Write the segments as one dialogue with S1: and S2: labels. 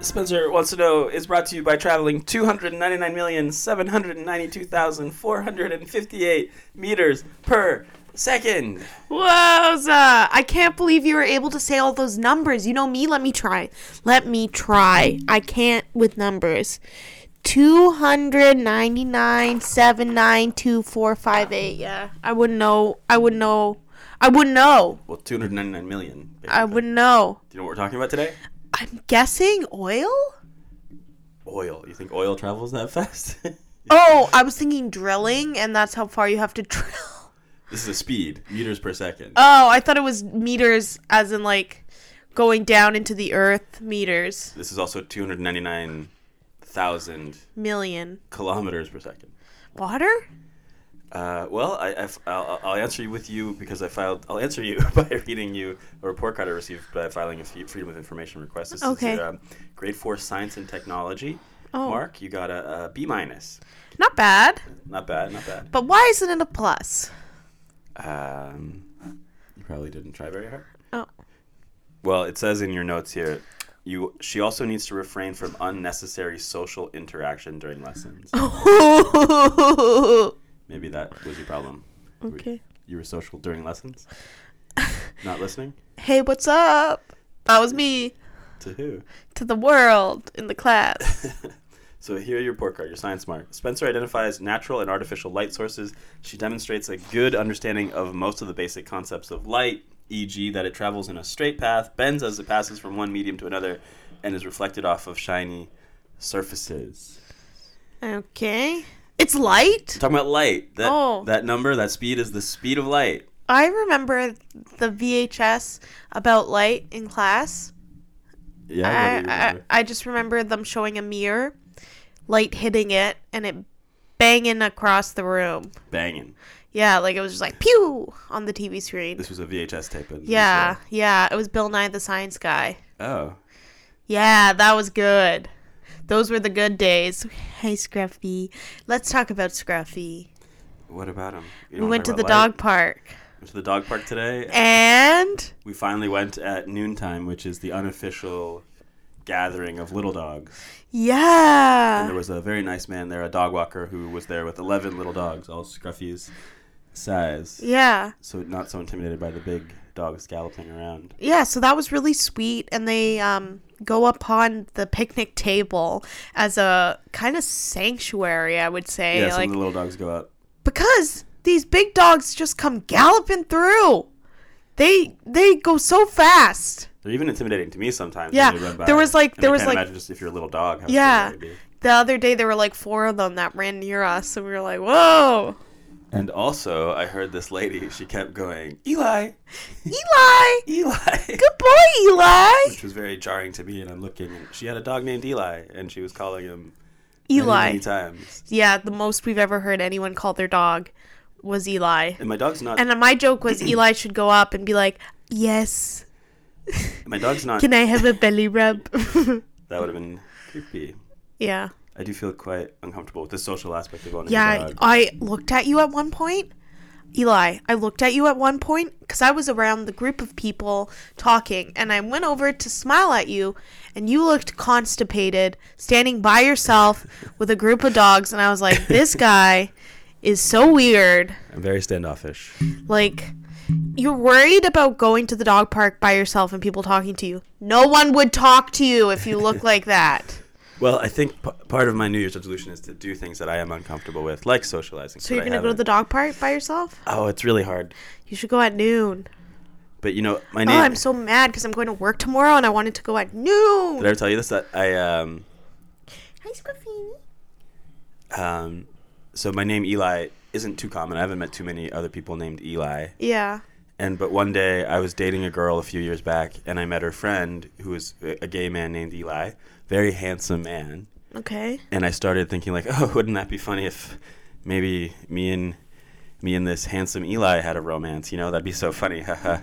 S1: Punzer wants to know is brought to you by traveling 299,792,458 meters per second.
S2: Wowza! I can't believe you were able to say all those numbers. You know me, let me try. Let me try. I can't with numbers. 299,792,458. Yeah. I wouldn't know. I wouldn't know. I wouldn't know.
S1: Well, 299 million. basically.
S2: I wouldn't know.
S1: Do you know what we're talking about today?
S2: I'm guessing oil?
S1: Oil. You think oil travels that fast?
S2: Oh, I was thinking drilling, and that's how far you have to drill.
S1: this is a speed, meters per second.
S2: Oh, I thought it was meters, as in like going down into the earth meters.
S1: This is also 299,000
S2: Million.
S1: kilometers per second.
S2: Water?
S1: Uh, well, I, I, will I'll answer you with you because I filed. I'll answer you by reading you a report card I received by filing a fee- freedom of information request. This
S2: Okay.
S1: Is, your, um, grade four science and technology.
S2: Oh.
S1: Mark, you got a, a B minus.
S2: Not bad.
S1: Not bad. Not bad.
S2: But why isn't it a plus?
S1: Um, you probably didn't try very hard.
S2: Oh.
S1: Well, it says in your notes here. You, she also needs to refrain from unnecessary social interaction during lessons. Maybe that was your problem. You were-
S2: Okay.
S1: You were social during lessons? Not listening?
S2: hey, what's up? That was me
S1: To who?
S2: to the world in the class.
S1: So here are your report card, your science mark. Spencer identifies natural and artificial light sources. She demonstrates a good understanding of most of the basic concepts of light, e.g., that it travels in a straight path, bends as it passes from one medium to another, and is reflected off of shiny surfaces.
S2: okay. It's light.
S1: Talking about light, that
S2: Oh.
S1: that number, that speed is the speed of light.
S2: I remember the VHS about light in class.
S1: Yeah,
S2: I, I, I just remember them showing a mirror, light hitting it, and it banging across the room.
S1: banging.
S2: Yeah, like it was just like pew on the TV screen.
S1: This was a VHS tape. and-
S2: Yeah, yeah, it was Bill Nye the Science Guy.
S1: Oh.
S2: Yeah, that was good. Those were the good days. Hey, Scruffy. Let's talk about Scruffy.
S1: What about him?
S2: We went to the dog park.
S1: Went to the dog park today.
S2: And
S1: We finally went at noontime, which is the unofficial gathering of little dogs. And there
S2: yeah.
S1: was a very nice man there, a dog walker, who was there with 11 little dogs, all Scruffy's size.
S2: Yeah.
S1: So not so intimidated by the big dogs galloping around.
S2: Yeah, so that was really sweet and they um go upon the picnic table as a kind of sanctuary, I would say.
S1: Yeah, some
S2: like
S1: of the little dogs go up.
S2: because these big dogs just come galloping through. They they go so fast.
S1: They're even intimidating to me sometimes.
S2: Yeah,
S1: when they run by.
S2: there was like-
S1: And
S2: there
S1: I
S2: was
S1: can't
S2: like-
S1: imagine just if you're a little dog. How scary
S2: Yeah.
S1: that would be.
S2: The other day there were like four of them that ran near us and we were like, Whoa,
S1: And also, I heard this lady. She kept going, Eli,
S2: Eli!
S1: Eli.
S2: Good boy, Eli!
S1: Which was very jarring to me, and I'm looking. And she had a dog named Eli, and she was calling him many,
S2: Eli.
S1: many times.
S2: Yeah, the most we've ever heard anyone call their dog was Eli.
S1: And my dog's not.
S2: And my joke was Eli should go up and be like, Yes,
S1: my dog's not.
S2: Can I have a belly rub?
S1: that would have been creepy.
S2: yeah.
S1: I do feel quite uncomfortable with the social aspect of owning a
S2: Yeah,
S1: dog.
S2: I looked at you at one point. Eli, I looked at you at one point because I was around the group of people talking and I went over to smile at you and you looked constipated, standing by yourself with a group of dogs. And I was like, this guy is so weird.
S1: I'm very standoffish.
S2: Like, you're worried about going to the dog park by yourself and people talking to you. No one would talk to you if you look like that.
S1: Well, I think p- part of my New Year's resolution is to do things that I am uncomfortable with, like socializing.
S2: So you're going to go to the dog park by yourself?
S1: Oh, it's really hard.
S2: You should go at noon.
S1: But you know, my
S2: Oh,
S1: name.
S2: I'm so mad because I'm going to work tomorrow and I wanted to go at
S1: Did I
S2: noon.
S1: ever tell you this? That I um
S2: Hi, Scruffy.
S1: um, so my name Eli isn't too common. I haven't met too many other people named Eli.
S2: Yeah.
S1: And but one day I was dating a girl a few years back, and I met her friend who was a a gay man named Eli, very handsome man.
S2: Okay.
S1: And I started thinking like, oh, wouldn't that be funny if maybe me and me and this handsome Eli had a romance? You know, that'd be so funny. haha.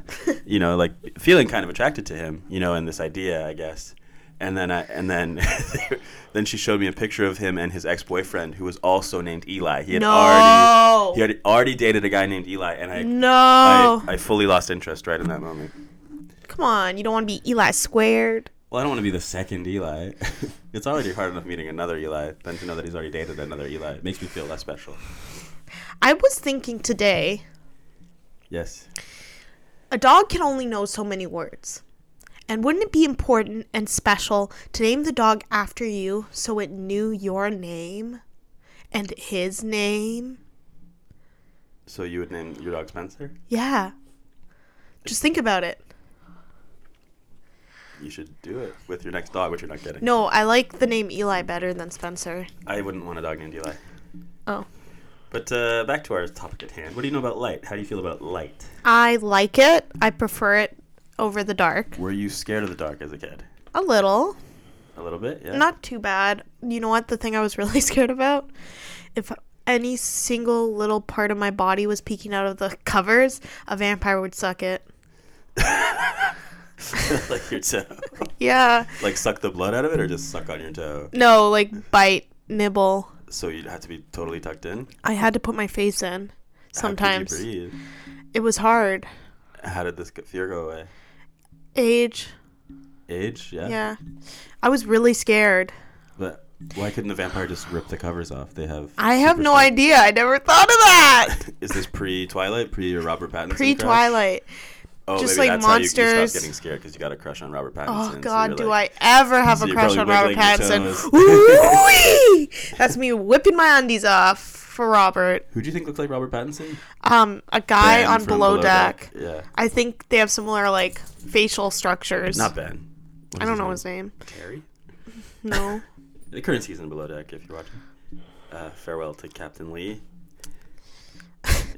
S1: you know, like feeling kind of attracted to him. You know, and this idea, I guess. And then I and then then she showed me a picture of him and his ex boyfriend who was also named Eli. He had
S2: No.
S1: already he had already dated a guy named Eli, and I
S2: No.
S1: I, I fully lost interest right in that moment.
S2: Come on. You don't want to be Eli squared.
S1: Well, I don't want to be the second Eli. it's already hard enough meeting another Eli than to know that he's already dated another Eli. It makes me feel less special.
S2: I was thinking today,
S1: Yes.
S2: a dog can only know so many words. And wouldn't it be important and special to name the dog after you so it knew your name and his name?
S1: So you would name your dog Spencer?
S2: Yeah. Just think about it.
S1: You should do it with your next dog, which you're not getting.
S2: No, I like the name Eli better than Spencer.
S1: I wouldn't want a dog named Eli.
S2: Oh.
S1: But uh, back to our topic at hand. What do you know about light? How do you feel about light?
S2: I like it. I prefer it over the dark.
S1: Were you scared of the dark as a kid?
S2: A little.
S1: A little bit, yeah.
S2: Not too bad. You know what? The thing I was really scared about? If any single little part of my body was peeking out of the covers, a vampire would suck it.
S1: like your toe.
S2: Yeah.
S1: like suck the blood out of it or just suck on your toe?
S2: No, like bite, nibble.
S1: So you'd have to be totally tucked in?
S2: I had to put my face in
S1: How
S2: sometimes.
S1: could you breathe?
S2: It was hard.
S1: How did this fear go away?
S2: Age.
S1: Age, yeah.
S2: Yeah. I was really scared.
S1: But why couldn't the vampire just rip the covers off? They have.
S2: I have
S1: super
S2: no
S1: strength.
S2: idea. I never thought of that.
S1: Is this pre Twilight, pre your Robert Pattinson? crush?
S2: Pre Twilight.
S1: Oh,
S2: just
S1: maybe
S2: like
S1: that's how you- You,
S2: monsters.
S1: stopped getting scared because you got a crush on Robert Pattinson.
S2: Oh
S1: so
S2: God,
S1: you're
S2: do
S1: like-
S2: I ever have
S1: So
S2: a
S1: you're
S2: crush on
S1: probably
S2: Robert
S1: wiggling your
S2: Pattinson? Ooh-wee! That's me whipping my undies off for Robert.
S1: Who do you think looks like Robert Pattinson?
S2: Um, a guy
S1: Ben
S2: on
S1: from
S2: Below, Deck.
S1: Yeah.
S2: I think they have similar like facial structures.
S1: Not Ben.
S2: I don't know his name.
S1: Terry?
S2: No.
S1: The current season Below Deck, if you're watching. Uh, farewell to Captain Lee.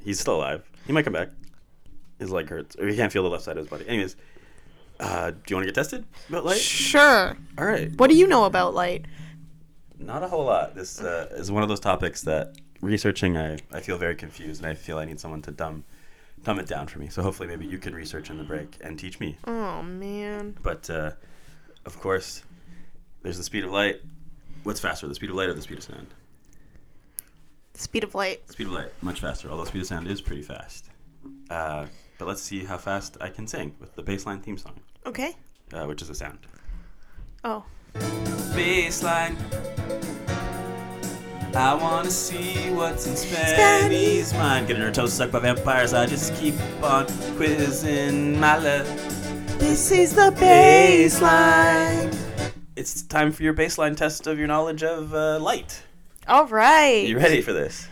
S1: He's still alive. He might come back. His leg hurts. Or he can't feel the left side of his body. Anyways, uh, do you want to get tested about light?
S2: sure.
S1: All right.
S2: What do you know about light?
S1: Not a whole lot. This uh, is one of those topics that researching, I, I feel very confused, and I feel I need someone to dumb dumb it down for me. So hopefully, maybe you can research in the break and teach me.
S2: Oh man.
S1: But uh, of course, there's the speed of light. What's faster, the speed of light or the speed of sound?
S2: Speed of light.
S1: Speed of light, much faster. Although speed of sound is pretty fast. Uh, but let's see how fast I can sing with the baseline theme song,
S2: Okay.
S1: uh, which is a sound.
S2: Oh.
S1: Baseline. I wanna see what's in
S2: Spenny's
S1: mind. Getting her toes sucked by vampires. I just keep on quizzing my left.
S2: This is the
S1: baseline. It's time for your baseline test of your knowledge of uh, light.
S2: All right.
S1: You ready for this?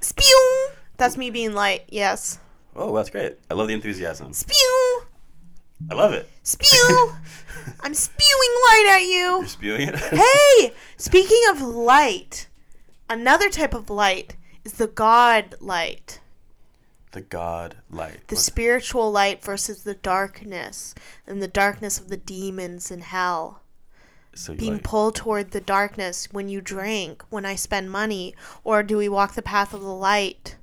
S2: Spew. That's me being light. Yes.
S1: Oh, that's great. I love the enthusiasm.
S2: Spew.
S1: I love it.
S2: Spew. I'm spewing light at you.
S1: You're spewing it?
S2: Hey, speaking of light, another type of light is the God light,
S1: The god light.
S2: the spiritual light versus the darkness and the darkness of the demons in hell.
S1: so you
S2: Being
S1: like,
S2: pulled toward the darkness when you drink, when I spend money, or do we walk the path of the light?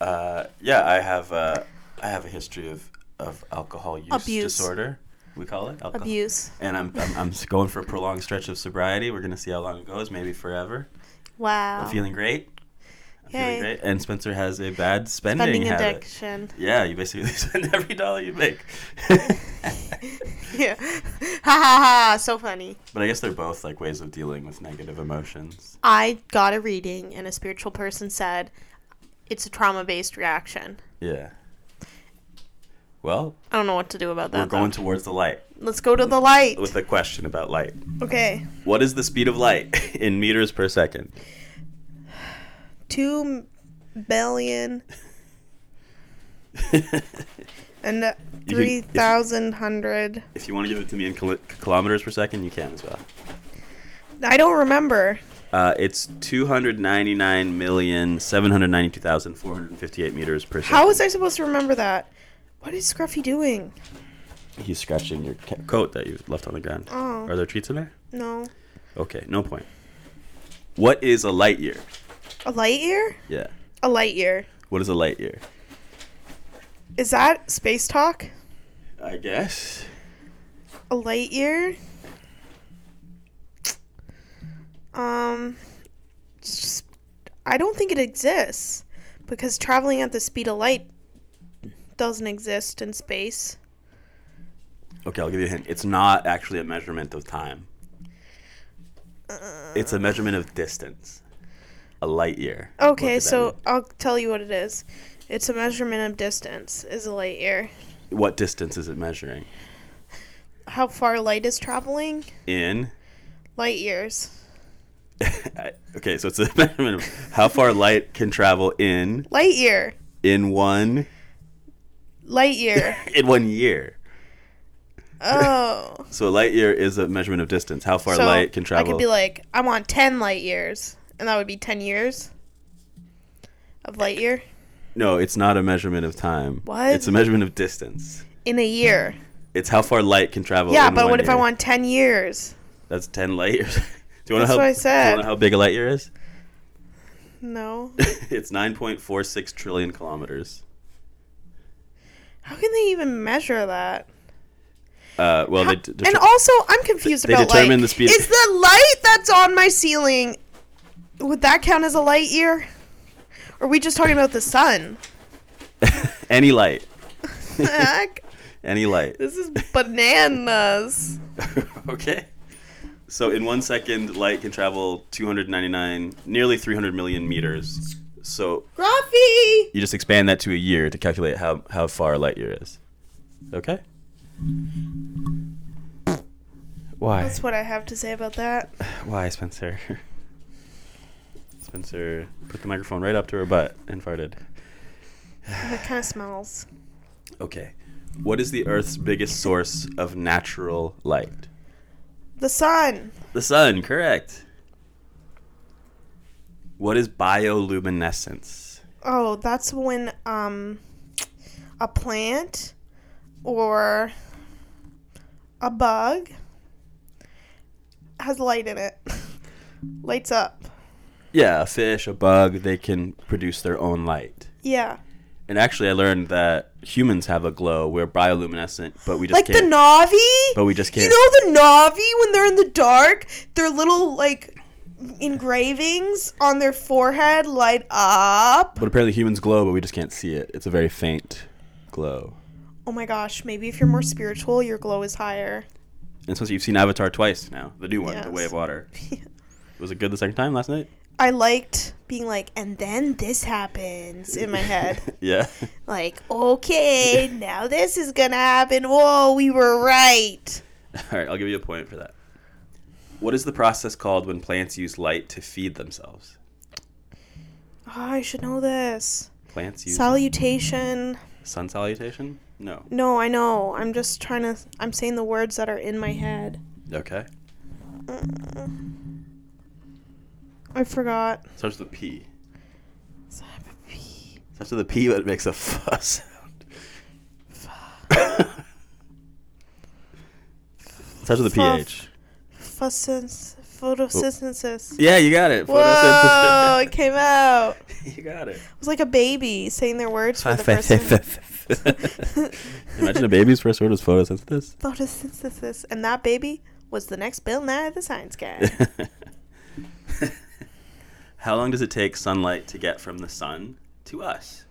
S1: uh, yeah, I have uh, I have a history of, of alcohol use
S2: Abuse.
S1: disorder. We call it alcohol.
S2: Abuse.
S1: and I'm, I'm I'm s- going for a prolonged stretch of sobriety. We're gonna see how long it goes, maybe forever.
S2: Wow.
S1: I'm feeling great. I'm
S2: Oh. Yay.
S1: feeling great. And Spencer has a bad spending,
S2: Spending
S1: habit.
S2: addiction.
S1: Yeah, you basically spend every dollar you make.
S2: Yeah. ha ha ha. So funny.
S1: but I guess they're both like ways of dealing with negative emotions.
S2: I got a reading, and a spiritual person said it's a trauma based reaction.
S1: Yeah. Well,
S2: I don't know what to do about that.
S1: we're going towards the light
S2: though. Let's go to the light.
S1: with a question about light.
S2: Okay.
S1: What is the speed of light in meters per second?
S2: Two billion and uh,
S1: You can- if you-
S2: 3,000.
S1: if you want to give it to me in kil- kilometers per second, you can as well.
S2: I don't remember.
S1: Uh, it's 299,792,458 meters per second.
S2: How was I supposed to remember that? What is Scruffy doing?
S1: He's scratching your ca- coat that you left on the ground.
S2: Oh.
S1: Are there treats in there?
S2: No.
S1: Okay, no point. What is a light year?
S2: A light year?
S1: Yeah.
S2: A light year.
S1: What is a light year?
S2: Is that space talk?
S1: I guess.
S2: A light year? Um, it's just, I don't think it exists because traveling at the speed of light doesn't exist in space.
S1: Okay, I'll give you a hint. It's not actually a measurement of time.
S2: Uh.
S1: It's a measurement of distance. A light year. What
S2: Okay,
S1: could that
S2: so I'll tell you what it is. It's a measurement of distance. Is a light year.
S1: be? what distance is it measuring?
S2: How far light is traveling?
S1: In
S2: Light years.
S1: I- okay, so it's a measurement of how far light can travel in
S2: Light year.
S1: in one
S2: Light year.
S1: in one year.
S2: oh.
S1: So a light year is a measurement of distance. How far
S2: so
S1: light can travel?
S2: I could be like, I'm on 10 light years, and that would be 10 years of light year
S1: no, it's not a measurement of time.
S2: What?
S1: It's a measurement of distance.
S2: in a year.
S1: It's how far light can travel.
S2: yeah,
S1: in
S2: but
S1: one
S2: what if I
S1: year.
S2: want 10 years?
S1: That's ten light years. Do you
S2: That's
S1: want to help?
S2: what I
S1: Do
S2: said.
S1: you want to know how big a light year is?
S2: No.
S1: it's nine point four six trillion kilometers.
S2: How can they even measure that?
S1: Uh, well, they d-
S2: and
S1: deter-
S2: also, I'm confused
S1: they
S2: about light.
S1: determine the speed-
S2: Is the light that's on my ceiling would that count as a light year? Or are we just talking about the sun?
S1: any light,
S2: Heck,
S1: any light.
S2: this is bananas.
S1: okay. So in one second, light can travel 299, nearly 300 million meters. So
S2: Gruffy!
S1: you just expand that to a year to calculate how, how far a light year is. Okay. Why?
S2: That's what I have to say about that.
S1: Why, Spencer? Spencer put the microphone right up to her butt and farted.
S2: That kind of smells.
S1: Okay. What is the Earth's biggest source of natural light?
S2: The sun.
S1: The sun, correct. What is bioluminescence?
S2: Oh, that's when um a plant or a bug has light in it. Lights up.
S1: Yeah, a fish, a bug, they can produce their own light.
S2: Yeah.
S1: And actually, I learned that humans have a glow. We're bioluminescent, but we just
S2: Like
S1: can't.
S2: the Navi?
S1: but we just
S2: you
S1: can't.
S2: know the Navi when they're in the dark, their little like engravings on their forehead light up.
S1: but apparently, humans glow, but we just can't see it. It's a very faint glow.
S2: Oh my gosh, maybe if you're more spiritual, your glow is higher.
S1: And since you've seen Avatar twice now, the new one, The Way
S2: Yes.
S1: of Water. Was it good the second time last night?
S2: I liked being like, and then this happens in my head.
S1: yeah.
S2: like, okay, now this is gonna happen. Whoa, we were right.
S1: All right, I'll give you a point for that. What is the process called when plants use light to feed themselves?
S2: Oh, I should know this.
S1: Plants use
S2: Salutation.
S1: sun salutation? No.
S2: No, I know. I'm just trying to. I'm saying the words that are in my head.
S1: Okay.
S2: I forgot.
S1: Starts with a P.
S2: P.
S1: Starts with a P, but it makes a fuss sound. Starts with a
S2: Fuff.
S1: PH.
S2: Photosynthesis. Photosynthesis.
S1: Yeah, you got it.
S2: Whoa,
S1: Photosynthesis.
S2: it came out. It
S1: you got it.
S2: was like a baby saying their words for the first time.
S1: Imagine a baby's first word was photosynthesis.
S2: Photosynthesis. And that baby was the next Bill Nye the Science Guy.
S1: How long does it take sunlight to get from the sun to us?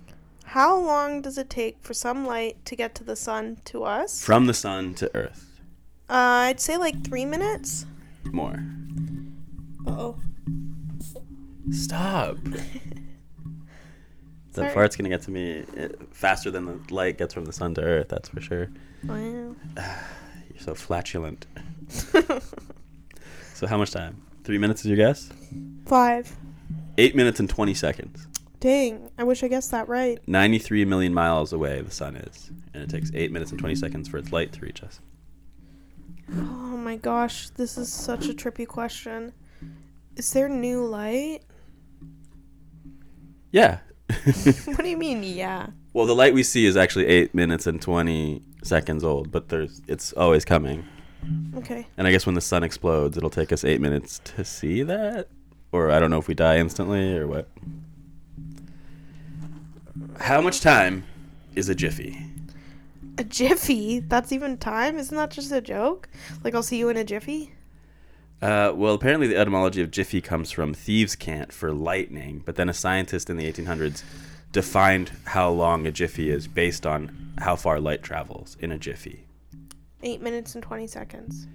S2: How long does it take for some light to get to the sun to us?
S1: From the sun to Earth.
S2: Uh, I'd say like three minutes.
S1: More.
S2: Oh,
S1: Stop. the
S2: Sorry.
S1: fart's gonna get to me uh, faster than the light gets from the sun to Earth. That's for sure.
S2: wow.
S1: You're so flatulent. So how much time? Three minutes is your guess?
S2: Five.
S1: Eight minutes and twenty seconds.
S2: Dang, I wish I guessed that right.
S1: Ninety-three million miles away the sun is, and it takes eight minutes and twenty seconds for its light to reach us.
S2: Oh my gosh, this is such a trippy question. Is there new light?
S1: Yeah.
S2: What do you mean, yeah?
S1: well, the light we see is actually eight minutes and twenty seconds old, but there's it's always coming.
S2: Okay.
S1: And I guess when the sun explodes, it'll take us eight minutes to see that. Or I don't know if we die instantly or what. How much time is a jiffy?
S2: A jiffy? That's even time? Isn't that just a joke? Like, I'll see you in a jiffy?
S1: Uh, well, apparently the etymology of jiffy comes from thieves' cant for lightning, but then a scientist in the 1800s defined how long a jiffy is based on how far light travels in a jiffy.
S2: Eight minutes and 20 seconds.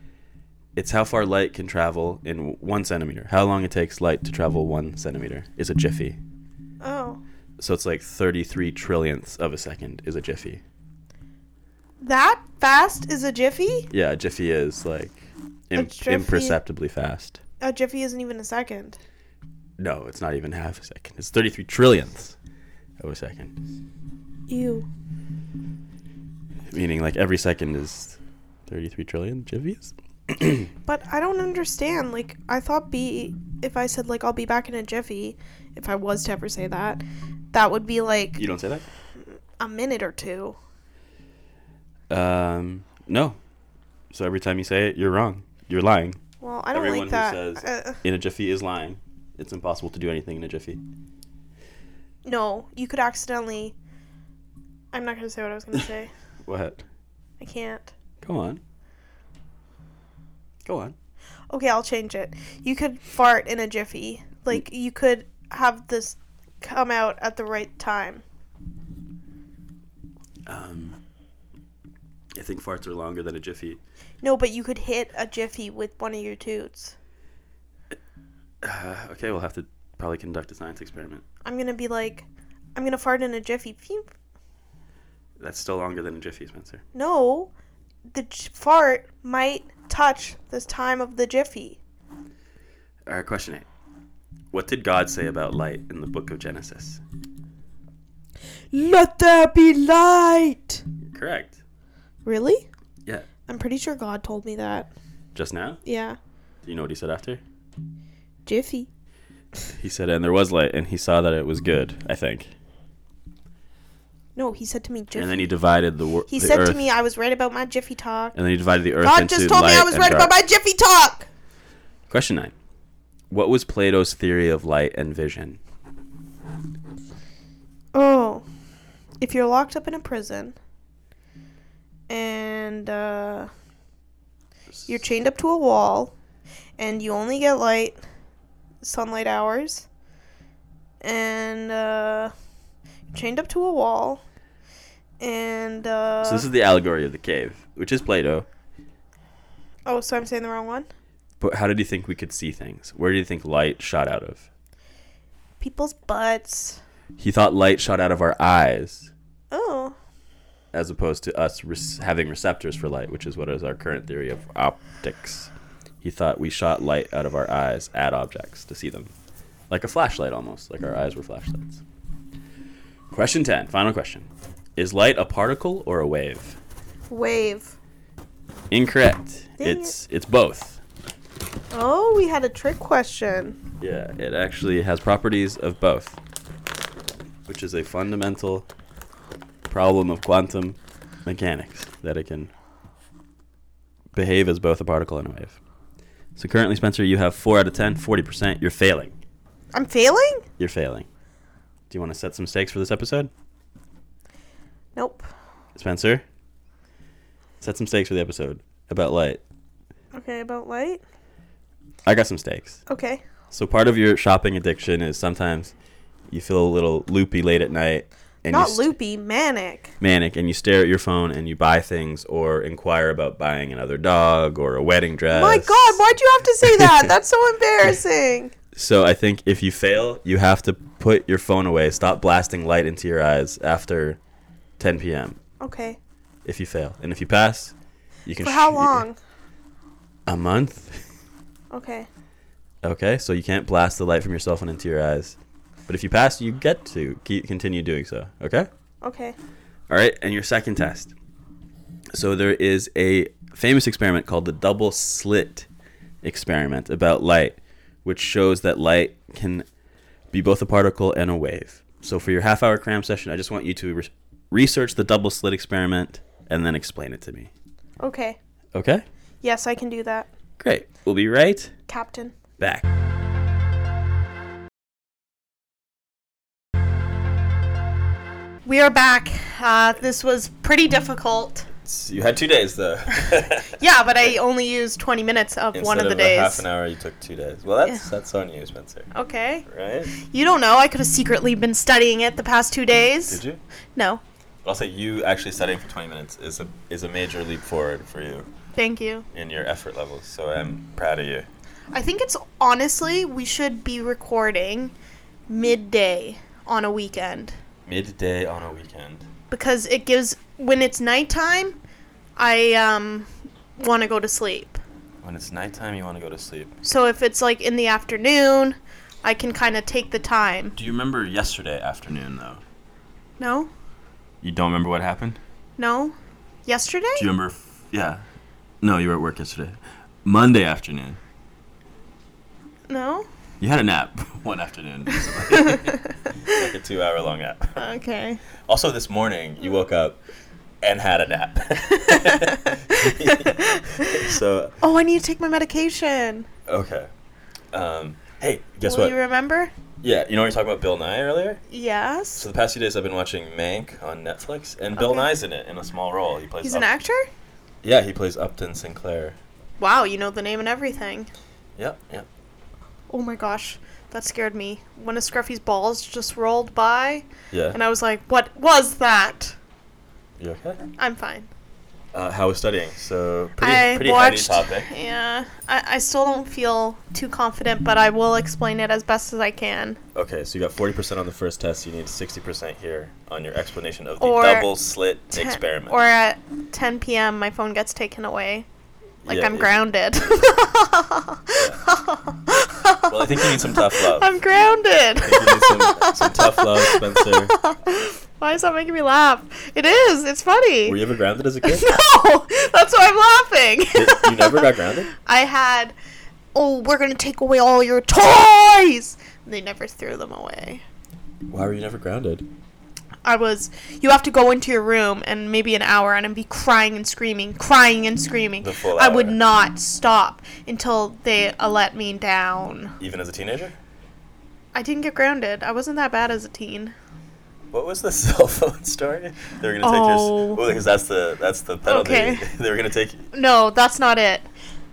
S1: It's how far light can travel in w- one centimeter. How long it takes light to travel one centimeter is a jiffy.
S2: Oh.
S1: So it's like 33 trillionths of a second is a jiffy.
S2: That fast is a jiffy?
S1: Yeah, a jiffy is like im-
S2: jiffy-
S1: imperceptibly fast.
S2: A jiffy isn't even a second.
S1: No, it's not even half a second. It's 33 trillionths of a second.
S2: Ew.
S1: Meaning like every second is 33 trillion jiffies?
S2: But I don't understand. Like, I thought be if I said like I'll be back in a jiffy, if I was to ever say that, that would be like
S1: You don't say that?
S2: a minute or two.
S1: Um, no. So every time you say it, you're wrong. You're lying.
S2: Well, I don't
S1: Everyone
S2: like that.
S1: who says
S2: Uh,
S1: in a jiffy is lying. It's impossible to do anything in a jiffy.
S2: no, you could accidentally. I'm not gonna say what I was gonna say.
S1: What?
S2: I can't.
S1: Go on. Go on.
S2: Okay, I'll change it. You could fart in a jiffy. Like you could have this come out at the right time.
S1: Um, I think farts are longer than a jiffy.
S2: No, but you could hit a jiffy with one of your toots.
S1: Uh, okay, we'll have to probably conduct a science experiment.
S2: I'm gonna be like, I'm gonna fart in a jiffy. Phew.
S1: That's still longer than a jiffy, Spencer.
S2: No, the j- fart might touch the time of the jiffy.
S1: All right, question eight. What did God say about light in the book of Genesis?
S2: Let there be light.
S1: Correct.
S2: Really?
S1: Yeah.
S2: I'm pretty sure God told me that.
S1: Just now?
S2: Yeah.
S1: Do you know what he said after?
S2: Jiffy.
S1: He said, and there was light, and he saw that it was good, I think.
S2: No, he said to me jiffy.
S1: And then he divided the, wor-
S2: he
S1: the
S2: said
S1: earth.
S2: to me I was right about my jiffy talk.
S1: and then he divided the earth
S2: God
S1: into
S2: just told me
S1: light
S2: I was
S1: and
S2: right
S1: dark.
S2: about my jiffy talk.
S1: Question nine. What was Plato's theory of light and vision?
S2: Oh, if you're locked up in a prison and uh, you're chained up to a wall and you only get light, sunlight hours, and uh, you're chained up to a wall, and uh,
S1: So this is the allegory of the cave, which is Plato.
S2: oh, so I'm saying the wrong one.
S1: But how did he think we could see things? Where do you think light shot out of?
S2: People's butts.
S1: He thought light shot out of our eyes,
S2: Oh,
S1: as opposed to us re- having receptors for light, which is what is our current theory of optics. He thought we shot light out of our eyes at objects to see them, like a flashlight almost, like our eyes were flashlights. Question ten, final question: Is light a particle or a wave?
S2: wave.
S1: Incorrect.
S2: Dang
S1: it's it's both.
S2: Oh, we had a trick question.
S1: Yeah, it actually has properties of both, which is a fundamental problem of quantum mechanics that it can behave as both a particle and a wave. So currently, Spencer, you have 4 out of 10, 40%. You're failing.
S2: I'm failing?
S1: You're failing. Do you want to set some stakes for this episode?
S2: Nope.
S1: Spencer, set some stakes for the episode about light.
S2: Okay, about light.
S1: I got some stakes.
S2: Okay.
S1: So part of your shopping addiction is sometimes you feel a little loopy late at night. And you
S2: Not
S1: st-
S2: loopy, manic.
S1: manic and you stare at your phone and you buy things or inquire about buying another dog or a wedding dress.
S2: My God, why'd you have to say that? That's so embarrassing.
S1: So I think if you fail, you have to put your phone away, stop blasting light into your eyes after 10 p.m.
S2: Okay.
S1: if you fail. And if you pass, you can
S2: For how
S1: sh-
S2: long?
S1: A month.
S2: Okay.
S1: Okay, so you can't blast the light from your cell phone into your eyes. But if you pass, you get to keep continue doing so. Okay?
S2: Okay.
S1: All right, and your second test. So there is a famous experiment called the double slit experiment about light, which shows that light can be both a particle and a wave. So for your half hour cram session, I just want you to re- research the double slit experiment and then explain it to me.
S2: Okay.
S1: Okay?
S2: Yes, I can do that,
S1: Great. We'll be right
S2: Captain.
S1: back.
S2: We are back. Uh, this was pretty difficult.
S1: You had two days though.
S2: Yeah, but I only used 20 minutes of one of the days.
S1: hour, you took two days. Well, that's that's on you, Spencer.
S2: Okay.
S1: Right?
S2: You don't know. I could have secretly been studying it the past two days.
S1: you?
S2: No.
S1: But I'll say you actually studying for 20 minutes is a is a major leap forward for you
S2: Thank you.
S1: in your effort levels. So I'm proud of you.
S2: I think it's honestly, we should be recording midday on a weekend
S1: Midday on a weekend.
S2: because it gives, when it's nighttime, I um, want to go to sleep.
S1: When it's nighttime, you want to go to sleep.
S2: So if it's like in the afternoon, I can kind of take the time.
S1: Do you remember yesterday afternoon though?
S2: No?
S1: You don't remember what happened?
S2: No? Yesterday?
S1: Do you remember? F- yeah. No, you were at work yesterday. Monday afternoon.
S2: No?
S1: You had a nap one afternoon. like a two hour long nap.
S2: Okay.
S1: Also, this morning, you woke up and had a nap. so,
S2: Oh, I need to take my medication.
S1: okay. Um, hey, guess
S2: Will
S1: what?
S2: you remember?
S1: yeah, you know we were talking about Bill Nye earlier?
S2: Yes.
S1: So, the past few days, I've been watching Mank on Netflix, and Bill
S2: Okay.
S1: Nye's in it in a small role. He plays
S2: He's an
S1: Up-
S2: actor?
S1: Yeah, he plays Upton Sinclair.
S2: Wow, you know the name and everything.
S1: Yep, yep.
S2: Oh my gosh, that scared me. One of Scruffy's balls just rolled by,
S1: Yeah.
S2: and I was like, what was that?
S1: you okay?
S2: I'm fine.
S1: Uh, how was studying? So, pretty,
S2: I
S1: pretty
S2: watched.
S1: heavy topic.
S2: Yeah, I, I still don't feel too confident, but I will explain it as best as I can.
S1: Okay, so you got 40% on the first test. You need 60% here on your explanation of the
S2: Or
S1: double slit
S2: Ten-
S1: experiment.
S2: Or uh, at 10 p.m., my phone gets taken away. Like
S1: Yeah,
S2: I'm
S1: it-
S2: grounded.
S1: Well, I think you need some tough love.
S2: I'm grounded.
S1: I think you need some, some tough love, Spencer.
S2: Why is that making me laugh? It is. It's funny.
S1: Were you ever grounded as a kid?
S2: no, that's why I'm laughing.
S1: Did- you never got grounded?
S2: I had, oh, we're gonna take away all your toys. And they never threw them away.
S1: Why were you never grounded?
S2: I was, you have to go into your room and maybe an hour and I'd be crying and screaming, crying and screaming.
S1: The full
S2: I would
S1: hour.
S2: not stop until they uh, let me down.
S1: Even as a teenager?
S2: I didn't get grounded. I wasn't that bad as a teen.
S1: What was the cell phone story? They were gonna take your.
S2: Oh.
S1: s- Well, because that's the that's the penalty.
S2: Okay.
S1: they were gonna take.
S2: No, that's not it.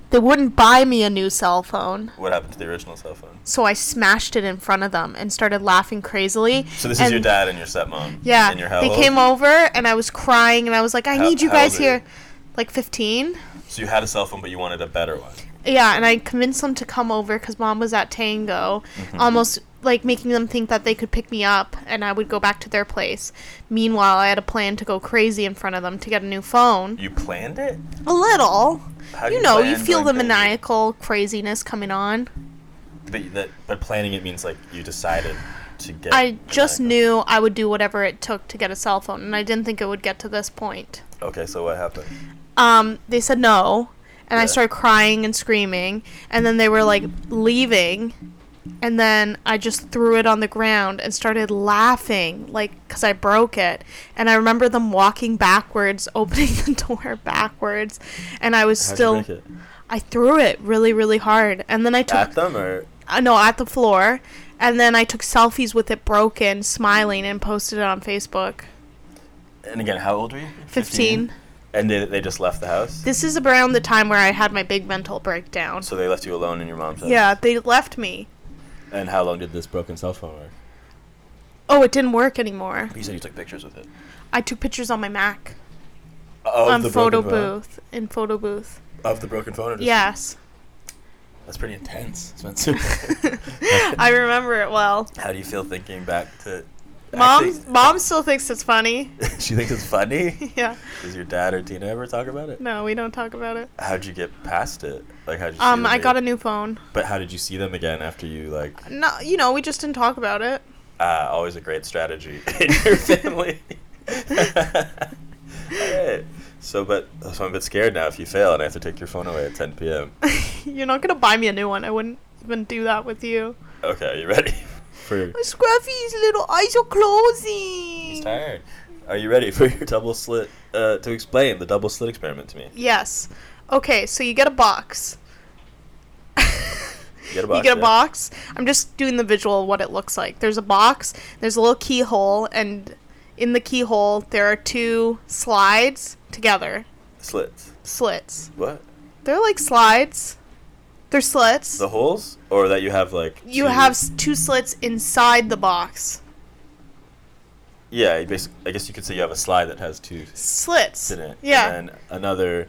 S2: They wouldn't buy me a new cell phone.
S1: What happened to the original cell phone?
S2: So I smashed it in front of them and started laughing crazily.
S1: So this is
S2: And-
S1: your dad and your stepmom.
S2: Yeah.
S1: And your how
S2: they
S1: old?
S2: came over and I was crying and I was like, I
S1: How-
S2: need you
S1: how old
S2: guys
S1: were you?
S2: here. Like 15.
S1: So you had a cell phone, but you wanted a better one.
S2: Yeah, and I convinced them to come over because mom was at Tango,
S1: Mm-hmm.
S2: almost like making them think that they could pick me up and I would go back to their place. Meanwhile, I had a plan to go crazy in front of them to get a new phone.
S1: You planned it.
S2: A little.
S1: How do
S2: you know, you
S1: plan
S2: feel
S1: going
S2: the
S1: crazy?
S2: maniacal craziness coming on.
S1: But that, but planning it means like you decided to get.
S2: I just
S1: an
S2: knew I would do whatever it took to get a cell phone, and I didn't think it would get to this point.
S1: iPhone. Okay, so what happened?
S2: um, they said no, and I
S1: Yeah.
S2: started crying and screaming, and then they were like leaving, and then I just threw it on the ground and started laughing, like because I broke it, and I remember them walking backwards, opening the door backwards, and I was
S1: How'd you
S2: still
S1: break it?
S2: I threw it really really hard, and then I took
S1: at them or
S2: uh, no at the floor, and then I took selfies with it broken, smiling, and posted it on Facebook.
S1: and again how old were you?
S2: 15.
S1: And they, they just left the house.
S2: This is around the time where I had my big mental breakdown.
S1: So they left you alone in your mom's house.
S2: Yeah, they left me.
S1: And how long did this broken cell phone work?
S2: Oh, it didn't work anymore.
S1: You said you took pictures with it.
S2: I took pictures on my Mac
S1: Of
S2: on
S1: the
S2: photo
S1: broken phone?
S2: booth in photo booth.
S1: Of the broken phone. Or just-
S2: Yes,
S1: That's pretty intense, Spencer.
S2: I remember it well.
S1: how do you feel thinking back to?
S2: Mom,
S1: acting?
S2: mom still thinks it's funny.
S1: she thinks it's funny.
S2: yeah,
S1: Does your dad or Tina ever talk about it?
S2: no, we don't talk about it.
S1: How'd you get past it? Like how'd you? see
S2: Um,
S1: them
S2: I got a
S1: again?
S2: new phone.
S1: But how did you see them again after you like?
S2: No, you know, we just didn't talk about it.
S1: Ah, always a great strategy in your family. Alright. So, but so I'm a bit scared now. If you fail and I have to take your phone away at 10 p.m.
S2: You're not gonna buy me a new one. I wouldn't even do that with you.
S1: Okay, you ready for?
S2: My Scruffy's little eyes are
S1: He's
S2: closing.
S1: tired. Are you ready for your double slit? Uh, to explain the double slit experiment to me.
S2: Yes. Okay, so you get a box.
S1: You get a box.
S2: you get a
S1: yeah?
S2: box. I'm just doing the visual of what it looks like. There's a box, there's a little keyhole, and in the keyhole, there are two slides together.
S1: Slits.
S2: Slits.
S1: What?
S2: They're like slides, they're slits.
S1: The holes, or that you have like.
S2: you
S1: two-
S2: have s- two slits inside the box.
S1: yeah, you basi- I guess you could say you have a slide that has two s-
S2: slits.
S1: in it.
S2: Yeah.
S1: And then another,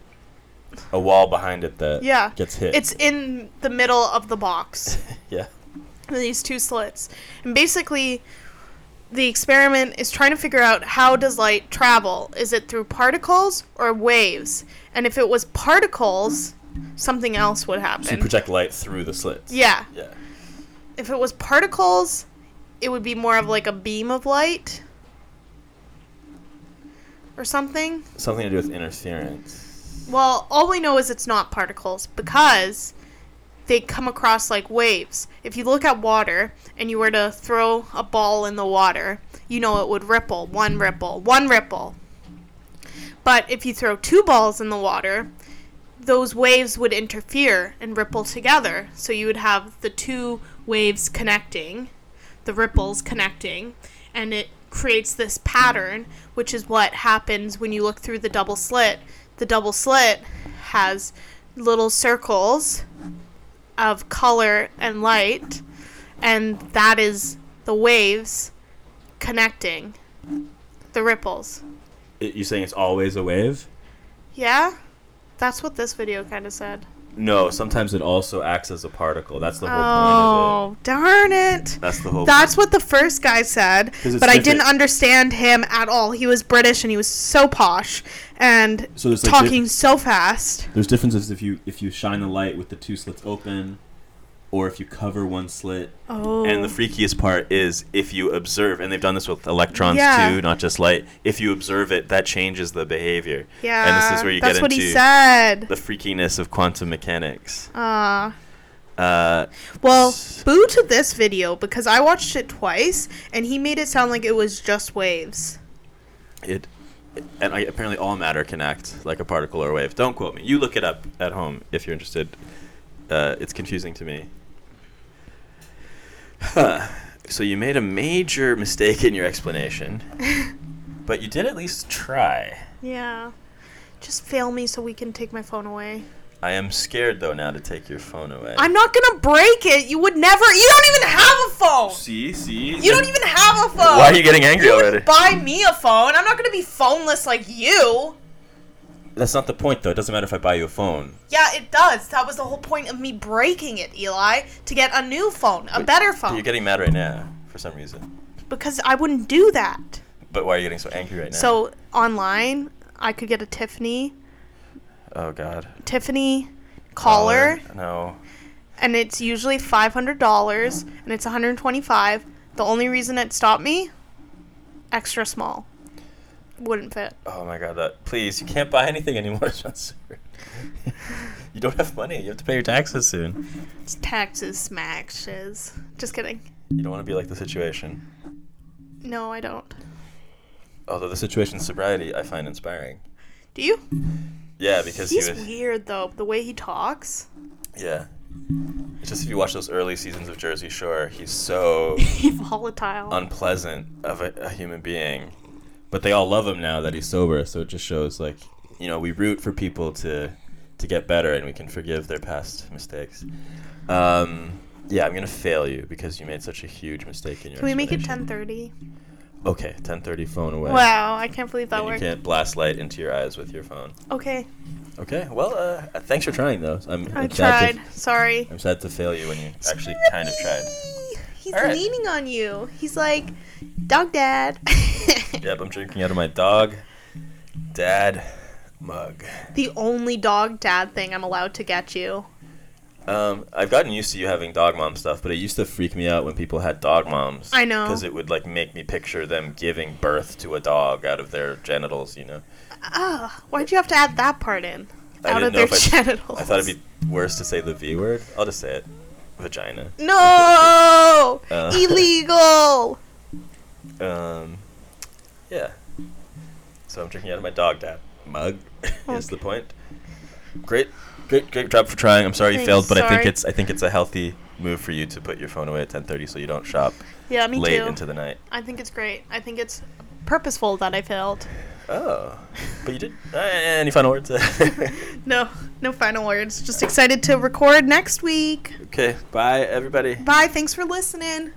S1: a wall behind it that
S2: Yeah.
S1: gets hit.
S2: It's in the middle of the box.
S1: yeah.
S2: these two slits. And basically the experiment is trying to figure out how does light travel? Is it through particles or waves? And if it was particles, something else would happen.
S1: So you project light through the slits.
S2: yeah.
S1: Yeah.
S2: If it was particles, it would be more of like a beam of light or something.
S1: Something to do with interference.
S2: Well, all we know is it's not particles because they come across like waves. If you look at water and you were to throw a ball in the water, you know it would ripple, one ripple, one ripple. But if you throw two balls in the water, those waves would interfere and ripple together. So you would have the two waves connecting, the ripples connecting, and it creates this pattern, which is what happens when you look through the double slit. The double slit has little circles of color and light, and that is the waves connecting the ripples.
S1: It, you saying it's always a wave?
S2: Yeah? That's what this video kind of said.
S1: No, sometimes it also acts as a particle. That's the whole point of it.
S2: Oh, darn it.
S1: That's the whole
S2: That's what the first guy said,
S1: 'Cause it's
S2: but I
S1: different.
S2: didn't understand him at all. He was British and he was so posh and
S1: So there's, like,
S2: talking so fast.
S1: There's differences if you if you shine the light with the two slits open or if you cover one slit.
S2: Oh.
S1: And the freakiest part is if you observe and they've done this with electrons
S2: Yeah.
S1: too, not just light. If you observe it, that changes the behavior.
S2: yeah.
S1: And this is where you
S2: that's
S1: get
S2: what
S1: into
S2: he said.
S1: the freakiness of quantum mechanics.
S2: Ah.
S1: Uh,
S2: well,
S1: S-
S2: boo to this video because I watched it twice and he made it sound like it was just waves.
S1: it and I, apparently all matter can act like a particle or a wave. Don't quote me. You look it up at home if you're interested. Uh, it's confusing to me. Huh. So you made a major mistake in your explanation, but you did at least try.
S2: Yeah. Just fail me so we can take my phone away.
S1: I am scared though now to take your phone away.
S2: I'm not gonna break it. You would never. You don't even have a phone.
S1: see, see.
S2: You don't even have a phone.
S1: Why are you getting angry
S2: You
S1: already?
S2: wouldn't buy me a phone. I'm not gonna be phoneless like you.
S1: That's not the point though. It doesn't matter if I buy you a phone.
S2: Yeah, it does. That was the whole point of me breaking it, Eli, to get a new phone, a better phone.
S1: You're getting mad right now for some reason.
S2: because I wouldn't do that.
S1: But why are you getting so angry right now?
S2: So online, I could get a Tiffany,
S1: Oh God. Uh,
S2: Tiffany collar,
S1: No.
S2: and it's usually five hundred dollars, and it's one hundred twenty-five. The only reason it stopped me, extra small, wouldn't fit.
S1: Oh my god, that please, you can't buy anything anymore, Spencer. you don't have money. You have to pay your taxes soon.
S2: It's taxes, smashes. Just kidding.
S1: You don't want to be like the situation.
S2: No, I don't.
S1: Although the situation's sobriety I find inspiring.
S2: Do you?
S1: Yeah, because
S2: He's
S1: he was
S2: weird though, the way he talks.
S1: Yeah. It's just if you watch those early seasons of Jersey Shore, he's so
S2: He's volatile.
S1: unpleasant of a, a human being. But they all love him now that he's sober, so it just shows like you know, we root for people to to get better and we can forgive their past mistakes. Um yeah, I'm gonna fail you because you made such a huge mistake in your.
S2: Can we make it 10:30?
S1: explanation. Okay, ten thirty. Phone away.
S2: Wow, I can't believe that
S1: And you
S2: worked.
S1: can't blast light into your eyes with your phone.
S2: Okay,
S1: Okay. Well, uh, thanks for trying though. I'm,
S2: I
S1: I'm
S2: tried.
S1: Sad to,
S2: Sorry.
S1: I'm sad to fail you when you actually kind of tried.
S2: He's
S1: All right.
S2: leaning on you. He's like, "Dog dad."
S1: Yep, I'm drinking out of my dog, dad, mug.
S2: The only dog dad thing I'm allowed to get you.
S1: Um, I've gotten used to you having dog mom stuff, but it used to freak me out when people had dog moms.
S2: I know.
S1: Because it would like make me picture them giving birth to a dog out of their genitals. You know.
S2: Ugh, Ah, why'd you have to add that part in?
S1: I
S2: Out
S1: didn't
S2: of
S1: know
S2: their
S1: if I-
S2: genitals.
S1: I thought it'd be worse to say the V word. I'll just say it. Vagina.
S2: No!
S1: Uh.
S2: Illegal!
S1: Um, yeah. So I'm drinking out of my dog dad mug. Is the point? Great, great, great job for trying. I'm sorry you
S2: Thanks,
S1: failed, but I think
S2: sorry.
S1: it's I think it's a healthy move for you to put your phone away at 10:30 so you don't shop
S2: Yeah, me
S1: late
S2: too.
S1: into the night.
S2: I think it's great. I think it's purposeful that I failed.
S1: Oh, but you did. Uh, any final words?
S2: No, no final words. Just excited to record next week.
S1: okay, bye everybody.
S2: Bye. Thanks for listening.